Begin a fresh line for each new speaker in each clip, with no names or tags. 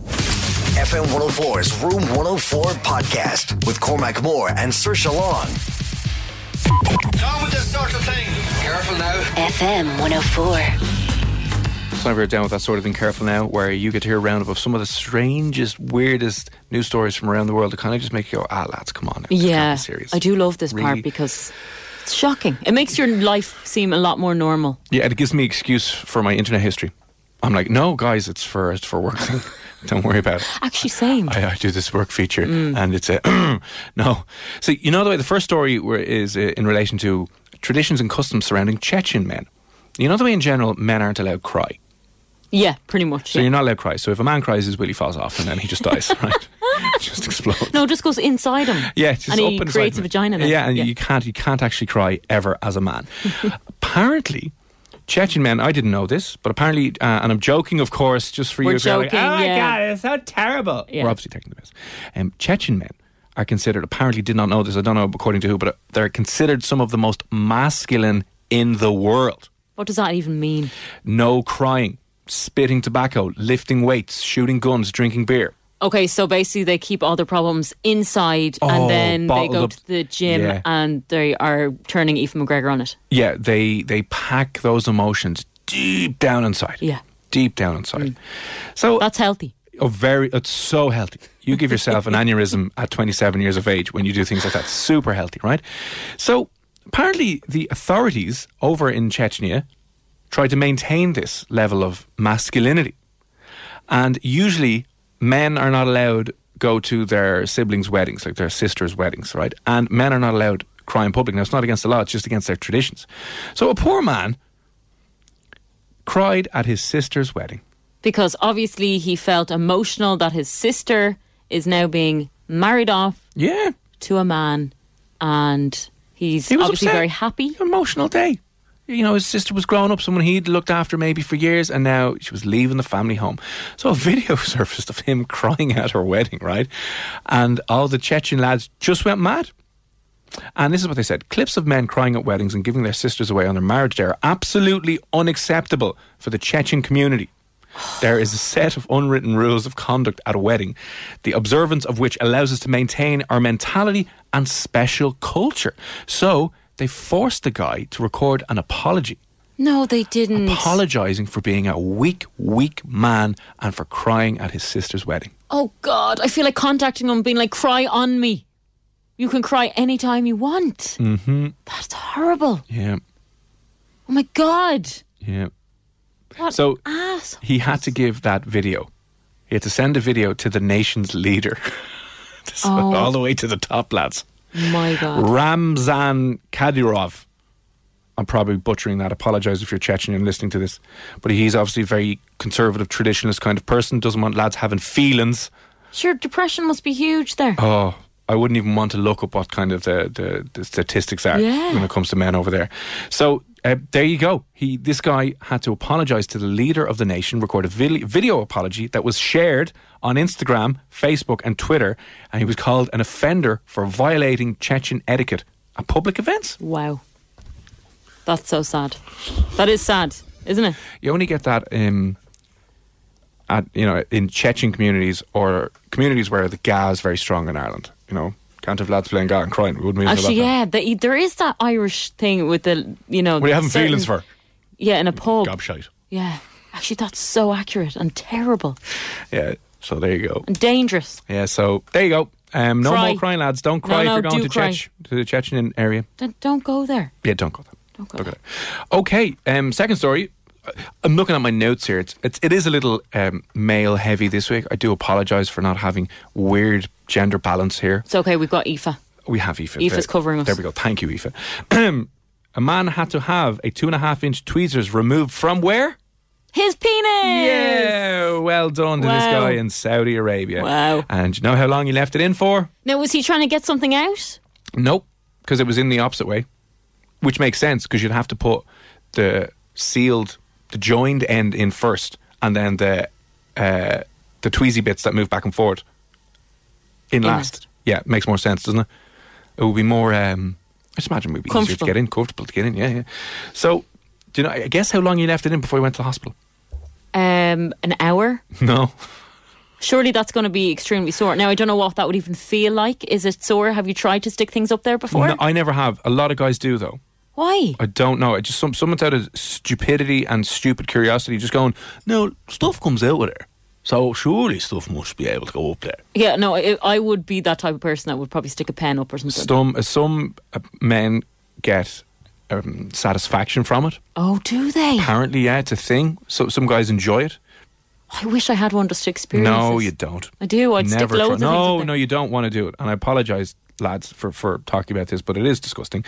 FM 104's Room 104 podcast with Cormac Moore and Sir Long.
Down with this sort of thing. Careful now.
FM 104.
So now we're down with that sort of thing. Careful now, where you get to hear a roundup of some of the strangest, weirdest news stories from around the world that kind of just make you go, ah, lads, come on. Now. This can't
Yeah,
be serious.
I do love this
Really-
part because it's shocking. It makes your life seem a lot more normal.
Yeah, and it gives me excuse for my internet history. I'm like, no, guys, it's for it's for work. Don't worry about it.
Actually, same.
I, I do this work feature,
Mm.
and it's a no. So you know the way the first story were, is uh, in relation to traditions and customs surrounding Chechen men. You know the way in general men aren't allowed to cry.
yeah, pretty much.
So
yeah.
you're not allowed to cry. So if a man cries, his willy falls off, and then he just dies. right? just explodes.
no, it just goes inside him.
Yeah, it's just
and
up
he
inside
creates a
him.
vagina. Then.
Yeah, and you can't you can't actually cry ever as a man. apparently, Chechen men. I didn't know this, but apparently, uh, and I'm joking, of course, just for
We're
you. if you're
joking,
Like, oh my
yeah.
god, it's so terrible.
Yeah.
We're obviously taking the piss. Um, Chechen men are considered. Apparently, did not know this. I don't know according to who, but uh, they're considered some of the most masculine in the world.
What does that even mean?
No crying, spitting tobacco, lifting weights, shooting guns, drinking beer.
Okay, so basically they keep all their problems inside,
Oh,
and then they
bottled
go
up-
to the gym
Yeah.
and they are turning Ethan McGregor on it.
Yeah, they they pack those emotions deep down inside.
Yeah.
Deep down inside. So
That's healthy.
a very it's so healthy. You give yourself an aneurysm at 27 years of age when you do things like that. Super healthy, right? So apparently the authorities over in Chechnya tried to maintain this level of masculinity. And usually men are not allowed go to their siblings' weddings, like their sisters' weddings, right? And men are not allowed cry in public. Now it's not against the law, it's just against their traditions. So a poor man cried at his sister's wedding.
Because obviously he felt emotional that his sister is now being married off
Yeah.
to a man, and he's
He was
obviously
upset.
very happy.
Emotional day. You know, his sister was growing up, someone he'd looked after maybe for years, and now she was leaving the family home. So a video surfaced of him crying at her wedding, right? And all the Chechen lads just went mad. And this is what they said clips of men crying at weddings and giving their sisters away on their marriage day are absolutely unacceptable for the Chechen community. There is a set of unwritten rules of conduct at a wedding, the observance of which allows us to maintain our mentality and special culture. So they forced the guy to record an apology,
No, they didn't.
apologizing for being a weak, weak man and for crying at his sister's wedding.
oh God, I feel like contacting him, being like, "Cry on me." You can cry anytime you want. Mm-hmm. That's horrible.
Yeah,
Oh my God.
yeah.
What
So-
ass?
He had to give that video. He had to send a video to the nation's leader, To send
Oh.
all the way to the top lads.
My God.
Ramzan Kadyrov. I'm probably butchering that. Apologize if you're Chechen and listening to this. But he's obviously a very conservative, traditionalist kind of person, doesn't want lads having feelings.
Sure, depression must be huge there.
Oh, I wouldn't even want to look up what kind of the, the, the statistics are
Yeah.
when it comes to men over there. So uh, there you go. He This guy had to apologize to the leader of the nation, record a vid- video apology that was shared on Instagram, Facebook, and Twitter. And he was called an offender for violating Chechen etiquette at public events.
Wow. That's so sad. That is sad, isn't it?
you only get that um, at you know in Chechen communities or communities where the ga is very strong in Ireland. You know, can't have lads playing ga and crying. It wouldn't mean
Actually,
about
yeah, the, there is that Irish thing with the, you know.
That. What are you having Oh,
certain-
feelings for?
Yeah, in a pub.
Gobshite.
Yeah. Actually, that's so accurate and terrible
Yeah. So there you go.
and dangerous.
Yeah. So there you go. Um, no
Cry.
more crying, lads. Don't cry
No,
if
no,
you're going
do
to Chech- to the Chechen area.
Don't, don't go there.
Yeah, don't go there.
Don't go
there. Okay. Um, second story. Uh, I'm looking at my notes here. It's, it's it is a little um, male heavy this week. I do apologise for not having weird gender balance here.
It's okay, we've got IFA.
We have Aoife.
Aoife's covering us.
There we go. Thank you, Aoife. a man had to have a two and a half inch tweezers removed from where?
His penis!
Yeah, well done to this
Wow.
guy in Saudi Arabia.
Wow.
And you know how long he left it in for?
Now, was he trying to get something out?
Nope, because it was in the opposite way, which makes sense because you'd have to put the sealed, the joined end in first, and then the uh, the tweezy bits that move back and forward in last.
last.
Yeah, it makes more sense, doesn't it? It would be more. Um, I just imagine it would be easier to
Comfortable.
get in, comfortable to get in. Yeah, yeah. So, do you know? I guess how long you left it in before you went to the hospital?
Um, an hour?
No.
Surely that's going to be extremely sore. Now, I don't know what that would even feel like. Is it sore? Have you tried to stick things up there before?
No, I never have. A lot of guys do though.
Why?
I don't know. I just some someone's out of stupidity and stupid curiosity, just going, no, stuff comes out of there, so surely stuff must be able to go up there.
Yeah, no, I, I would be that type of person that would probably stick a pen up or something.
Some some uh, men get um, satisfaction from it.
oh, do they?
Apparently, yeah, it's a thing. So some guys enjoy it.
I wish I had one just to experience.
No,
this.
you don't.
I do. I'd stick
Never
loads of
try.
things up
No,
there.
no, you don't want to do it. And I apologise, lads, for, for talking about this, but it is disgusting.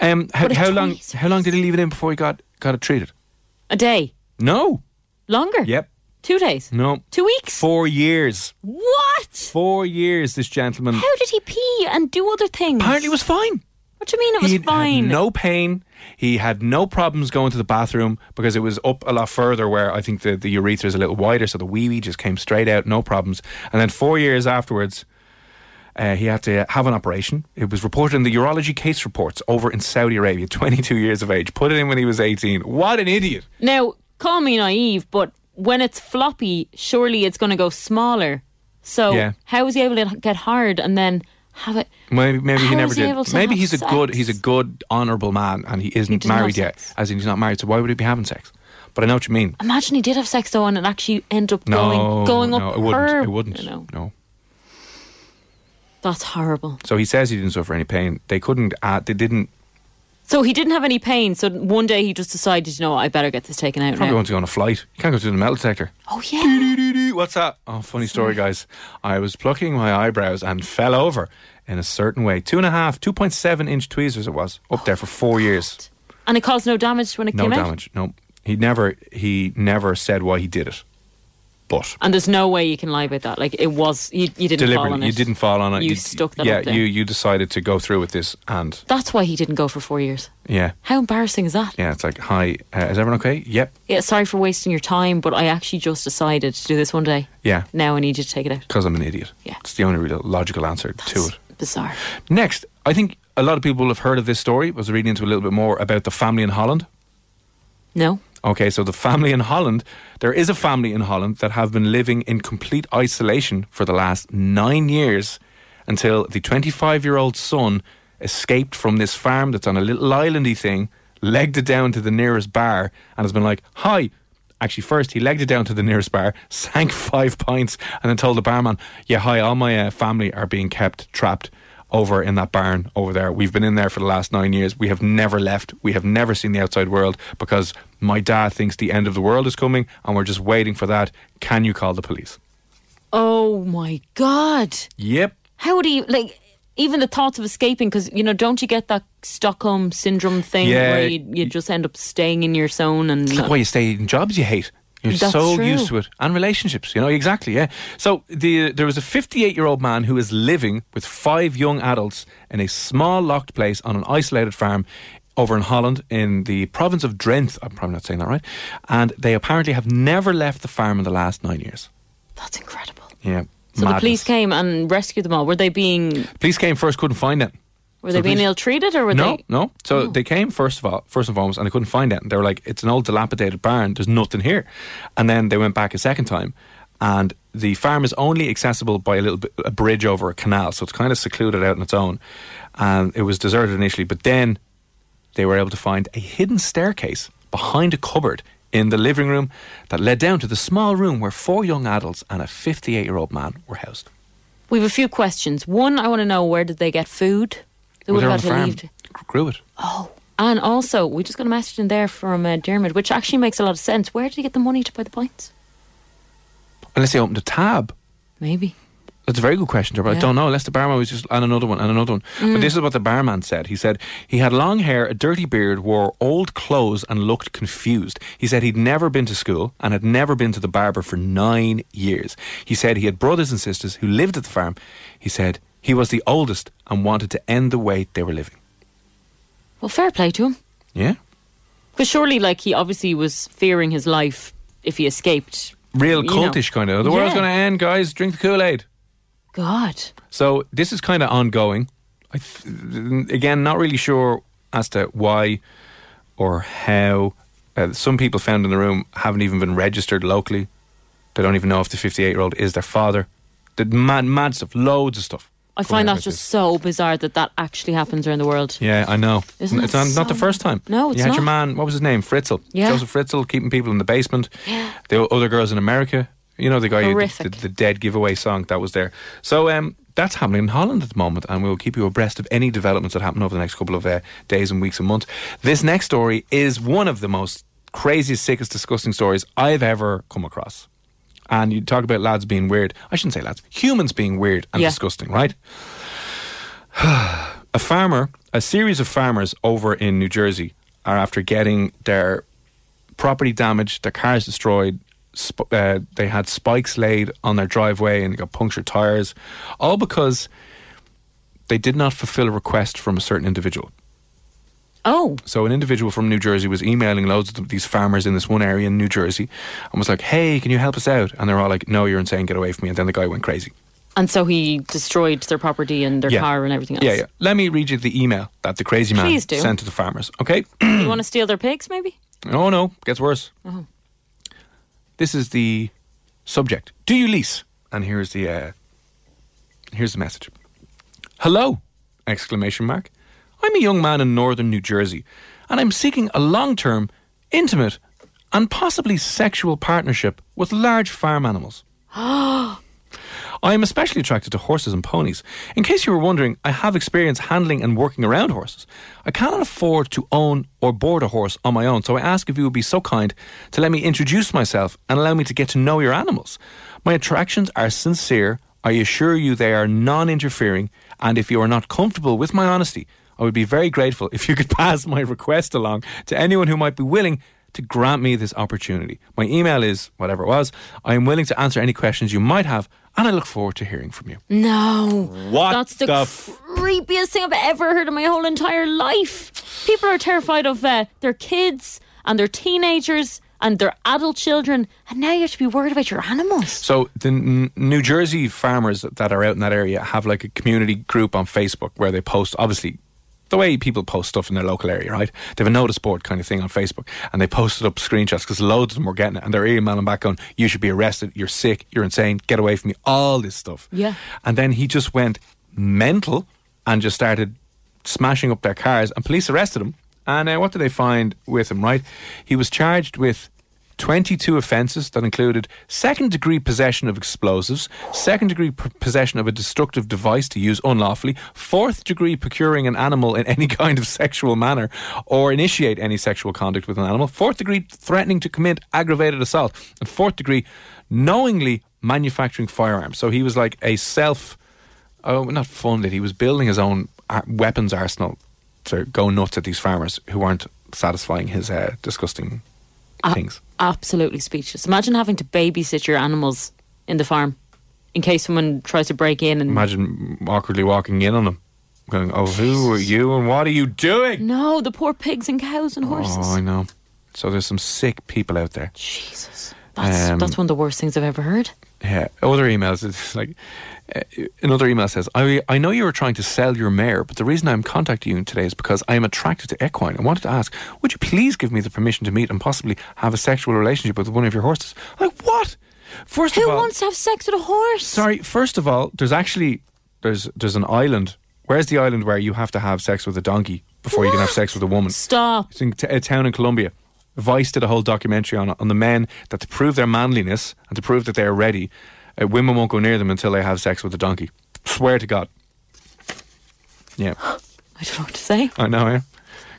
Um, how,
But it's
how long?
twice.
How long did he leave it in before he got got it treated?
A day
No.
longer.
Yep.
Two days.
No.
Two weeks.
Four years.
What?
Four years. This gentleman
How did he pee and do other things?
apparently was fine.
What do you mean it was
he
fine?
Had no pain. He had no problems going to the bathroom because it was up a lot further where I think the, the urethra is a little wider, so the wee wee just came straight out, no problems. And then four years afterwards, uh, he had to have an operation. It was reported in the urology case reports over in Saudi Arabia, 22 years of age. Put it in when he was 18. What an idiot.
Now, call me naive, but when it's floppy, surely it's going to go smaller. So
Yeah.
how was he able to get hard and then have it?
Maybe, maybe he
How
never
is he
did.
able to
maybe
have
he's a good
sex?
he's a good honourable man, and he isn't
doesn't have
married yet.
sex.
As in, he's not married, so why would he be having sex? But I know what you mean.
Imagine he did have sex though, and it actually end up
No,
going going
no,
up
it wouldn't.
her.
It wouldn't.
You know,
No.
that's horrible.
So he says he didn't suffer any pain. They couldn't. Add, they didn't.
So he didn't have any pain. So one day he just decided, you know, what, I better get this taken out
Probably
now.
want to go on a flight. You can't go through the metal detector.
Oh yeah.
What's that? Oh, funny story, guys. I was plucking my eyebrows and fell over in a certain way. Two and a half, 2.7 inch tweezers. It was up there for
Oh,
four years.
And it caused no damage when it
No
came out.
damage. No. He never. He never said why he did it. But
And there's no way Ah, you can lie about that. Like it was you. You didn't fall on
deliberately,
it.
you didn't fall on it.
You stuck that
Yeah,
up there.
you you decided to go through with this, and
That's why he didn't go for four years.
yeah,
How embarrassing is that?
yeah. It's like, hi, uh, is everyone okay? Yep.
Yeah, sorry for wasting your time, but I actually just decided to do this one day.
Yeah.
Now I need you to take it out.
Because I'm an idiot.
Yeah.
It's the only real logical answer to
It's
it.
Bizarre.
Next, I think a lot of people will have heard of this story. I was reading into a little bit more about the family in Holland.
No.
Okay, so the family in Holland, there is a family in Holland that have been living in complete isolation for the last nine years until the 25 year old son escaped from this farm that's on a little islandy thing, legged it down to the nearest bar, and has been like, Hi. Actually, first he legged it down to the nearest bar, sank five pints, and then told the barman, Yeah, hi, all my uh, family are being kept trapped over in that barn over there. We've been in there for the last nine years. We have never left. We have never seen the outside world because my dad thinks the end of the world is coming and we're just waiting for that. Can you call the police?
Oh my God.
Yep.
How would he, like, even the thoughts of escaping? Because, you know, don't you get that Stockholm syndrome thing
Yeah.
where you, you just end up staying in your zone and.
It's like why you stay in jobs you hate. You're
That's
so
true.
used to it. And relationships, you know, exactly, yeah. So the, there was a 58 year old man who is living with five young adults in a small locked place on an isolated farm over in Holland in the province of Drenthe. I'm probably not saying that right. And they apparently have never left the farm in the last nine years.
That's incredible.
Yeah.
So the
madness.
police came and rescued them all. Were they being
Police came first, couldn't find it.
were they
the
being
police-
ill treated or were
No,
they? Oh.
no. So they came first of all, first and foremost, and they couldn't find it. And they were like, "It's an old, dilapidated barn. There's nothing here." And then they went back a second time, and the farm is only accessible by a little bit, a bridge over a canal, so it's kind of secluded out on its own. And it was deserted initially, but then they were able to find a hidden staircase behind a cupboard in the living room that led down to the small room where four young adults and a 58 year old man were housed.
We have a few questions. One, I want to know where did they get food? They
Well,
would
they're
have
on a
had to
farm.
leave.
Grew it.
Oh. And also, we just got a message in there from uh, Dermot, which actually makes a lot of sense. Where did he get the money to buy the pints?
Unless they opened a tab.
Maybe.
That's a very good question, Deborah. I
Yeah. Mm.
don't know. Unless the barman was just, and another one, and another one. But this is what the barman said. He said he had long hair, a dirty beard, wore old clothes, and looked confused. He said he'd never been to school and had never been to the barber for nine years. He said he had brothers and sisters who lived at the farm. He said he was the oldest and wanted to end the way they were living.
Well, fair play to him.
Yeah?
Because surely, like, he obviously was fearing his life if he escaped.
Real
You know.
cultish kind of. The world's
Yeah.
going to end, guys. Drink the Kool Aid.
God.
So this is kind of ongoing. I th- again, not really sure as to why or how. Uh, some people found in the room haven't even been registered locally. They don't even know if the 58 year old is their father. The mad, mad stuff, loads of stuff.
I
coming
find
out
that
with
just
this.
so bizarre that that actually happens around the world.
Yeah, I know.
Isn't
it's
it
not, not
so-
the first time.
No, it's
You had your
not.
man, what was his name? Fritzl.
Yeah.
Joseph Fritzl, keeping people in the basement. The o- other girls in America. You know, the guy who
Horrific.
did the, the dead giveaway song that was there. So um, that's happening in Holland at the moment, and we'll keep you abreast of any developments that happen over the next couple of uh, days and weeks and months. This next story is one of the most craziest, sickest, disgusting stories I've ever come across. And you talk about lads being weird. I shouldn't say lads, humans being weird and
Yeah.
disgusting, right? a farmer, a series of farmers over in New Jersey are after getting their property damaged, their cars destroyed. Sp- uh, they had spikes laid on their driveway and got punctured tires, all because they did not fulfill a request from a certain individual.
Oh,
So an individual from New Jersey was emailing loads of th- these farmers in this one area in New Jersey and was like, "Hey, can you help us out?" And they're all like, "No, you're insane. Get away from me." And then the guy went crazy.
and so he destroyed their property and their car and everything else.
Yeah, yeah. Let me read you the email that the crazy man
Please do.
sent to the farmers. Okay.
You want to steal their pigs, maybe?
Oh no, gets worse. This is the subject. Do you lease? And here's the uh, here's the message. Hello! Exclamation mark. I'm a young man in northern New Jersey, and I'm seeking a long-term, intimate, and possibly sexual partnership with large farm animals. I am especially attracted to horses and ponies. In case you were wondering, I have experience handling and working around horses. I cannot afford to own or board a horse on my own, so I ask if you would be so kind to let me introduce myself and allow me to get to know your animals. My attractions are sincere. I assure you they are non interfering, and if you are not comfortable with my honesty, I would be very grateful if you could pass my request along to anyone who might be willing to grant me this opportunity. My email is whatever it was. I am willing to answer any questions you might have, and I look forward to hearing from you.
No.
What
That's the,
the f-
creepiest thing I've ever heard in my whole entire life. People are terrified of uh, their kids and their teenagers and their adult children, and now you have to be worried about your animals.
So the N- New Jersey farmers that are out in that area have like a community group on Facebook where they post, obviously. The way people post stuff in their local area, right? They have a notice board kind of thing on Facebook, and they posted up screenshots because loads of them were getting it, and they're emailing back on, "You should be arrested. You're sick. You're insane. Get away from me." All this stuff.
Yeah.
And then he just went mental and just started smashing up their cars, and police arrested him. And uh, what did they find with him, right? He was charged with 22 offences that included second degree possession of explosives, second degree p- possession of a destructive device to use unlawfully, fourth degree procuring an animal in any kind of sexual manner or initiate any sexual conduct with an animal, fourth degree threatening to commit aggravated assault, and fourth degree knowingly manufacturing firearms. So he was like a self, oh, not funded. He was building his own ar- weapons arsenal to go nuts at these farmers who weren't satisfying his uh, disgusting things.
Absolutely speechless. Imagine having to babysit your animals in the farm in case someone tries to break in and.
Imagine awkwardly walking in on them, going, "Oh, who are you and what are you doing?"
no, the poor pigs and cows and horses.
Oh, I know. So there's some sick people out there.
Jesus. That's,
Um,
that's one of the worst things I've ever heard.
Yeah. Other emails. It's like uh, another email says, "I I know you were trying to sell your mare, but the reason I'm contacting you today is because I am attracted to equine and wanted to ask, would you please give me the permission to meet and possibly have a sexual relationship with one of your horses?" I'm like what? First
Who
of all,
wants to have sex with a horse?
Sorry, first of all, there's actually there's there's an island. Where's the island where you have to have sex with a donkey before you can have sex with a woman?
Stop.
It's in t- a town in Colombia. Vice did a whole documentary on it, on the men that to prove their manliness and to prove that they are ready, uh, women won't go near them until they have sex with a donkey. Swear to God. Yeah,
I don't know what to say.
I know. Yeah,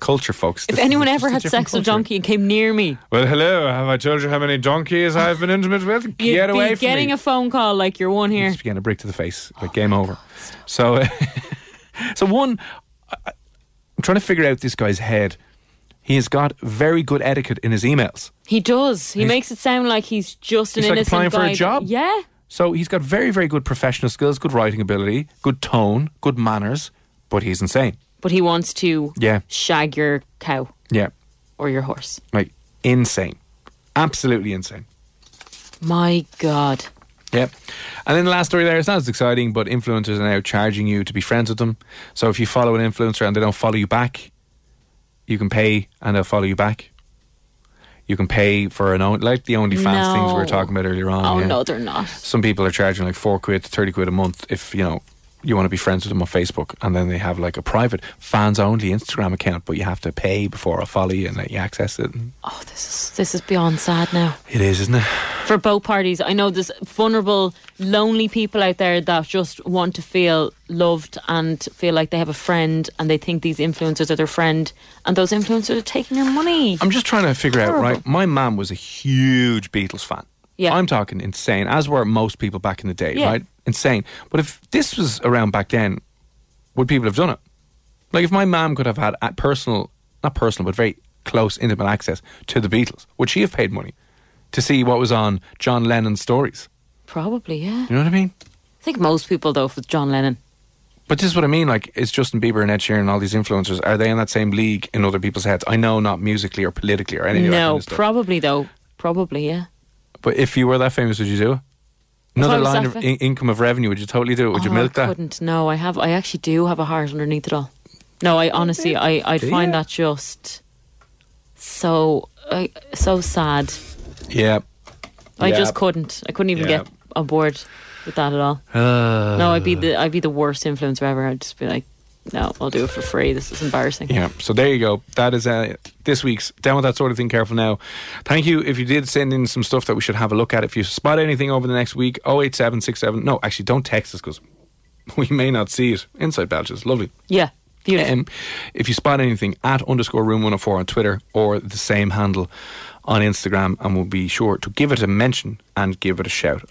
culture, folks.
If
This is
anyone
just
ever had
different
sex with a
culture.
donkey and came near me,
Well, hello. Have I told you how many donkeys I've been intimate with?
you'd
Get
be
away from
getting
me.
a Oh, phone call like you're one here.
Just began a brick to the face. Like game over. so, uh, so one, I- I- I'm trying to figure out this guy's head. He has got very good etiquette in his emails.
He does. He makes it sound like he's just an
He's like
innocent
applying for a
guy.
job?
Yeah.
So he's got very, very good professional skills, good writing ability, good tone, good manners, but he's insane.
But he wants to
Yeah.
shag your cow
Yeah,
or your horse.
like insane, absolutely insane.
My God.
Yep. And then the last story there, it's not as exciting, but influencers are now charging you to be friends with them. So if you follow an influencer and they don't follow you back, you can pay and they'll follow you back. You can pay for an own, like the OnlyFans things we
No.
were talking about earlier on.
Oh,
yeah.
no, they're not.
Some people are charging like four quid, 30 quid a month if, you know, you want to be friends with them on Facebook. And then they have like a private fans only Instagram account, but you have to pay before I follow you and let you access it.
Oh, this is this is beyond sad now.
It is, isn't it?
for both parties. I know there's vulnerable, lonely people out there that just want to feel loved and feel like they have a friend and they think these influencers are their friend and those influencers are taking their money.
I'm just trying to figure out,
Horrible.
right? My mum was a huge Beatles fan.
Yeah.
I'm talking insane, as were most people back in the day,
Yeah.
right? Insane. But if this was around back then, would people have done it? Like, if my mum could have had a- personal, not personal, but very close, intimate access to the Beatles, would she have paid money to see what was on John Lennon's stories?
Probably, yeah.
You know what I mean?
I think most people, though, with John Lennon.
But this is what I mean. Like, it's Justin Bieber and Ed Sheeran and all these influencers. Are they in that same league in other people's heads? I know not musically or politically or anything.
no, probably, though. Probably, yeah.
But if you were that famous, would you do it?
I
Another
was
line
that
of
fa-
in- income of revenue. Would you totally do it? Would you
Oh,
milk
I
that?
couldn't. No, I have. I actually do have a heart underneath it all. No, I honestly, I, I'd
Do
find
you?
that just so, I, so sad.
Yeah.
I
Yeah.
just couldn't. I couldn't even
Yeah.
get on board with that at all. no, I'd be the I'd be the worst influencer ever. I'd just be like, no, I'll do it for free. This is embarrassing.
Yeah. So there you go. That is uh, this week's Down with That Sort of Thing. Careful now. Thank you. If you did send in some stuff that we should have a look at, if you spot anything over the next week, 08767. No, actually, don't text us because we may not see it. Inside Belches. Lovely.
Yeah, beautiful.
Um, if you spot anything, at underscore room 104 on Twitter or the same handle on Instagram, and we'll be sure to give it a mention and give it a shout.